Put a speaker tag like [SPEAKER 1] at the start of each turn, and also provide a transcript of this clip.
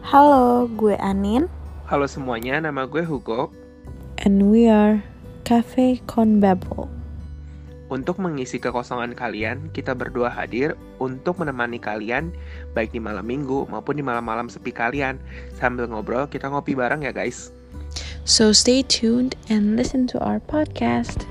[SPEAKER 1] Halo, gue Anin
[SPEAKER 2] Halo semuanya, nama gue Hugo.
[SPEAKER 1] and we are Cafe Con Babel.
[SPEAKER 2] Untuk mengisi kekosongan kalian, kita berdua hadir untuk menemani kalian baik di malam minggu maupun di malam-malam sepi kalian. Sambil ngobrol, kita ngopi bareng ya guys.
[SPEAKER 1] So stay tuned and listen to our podcast.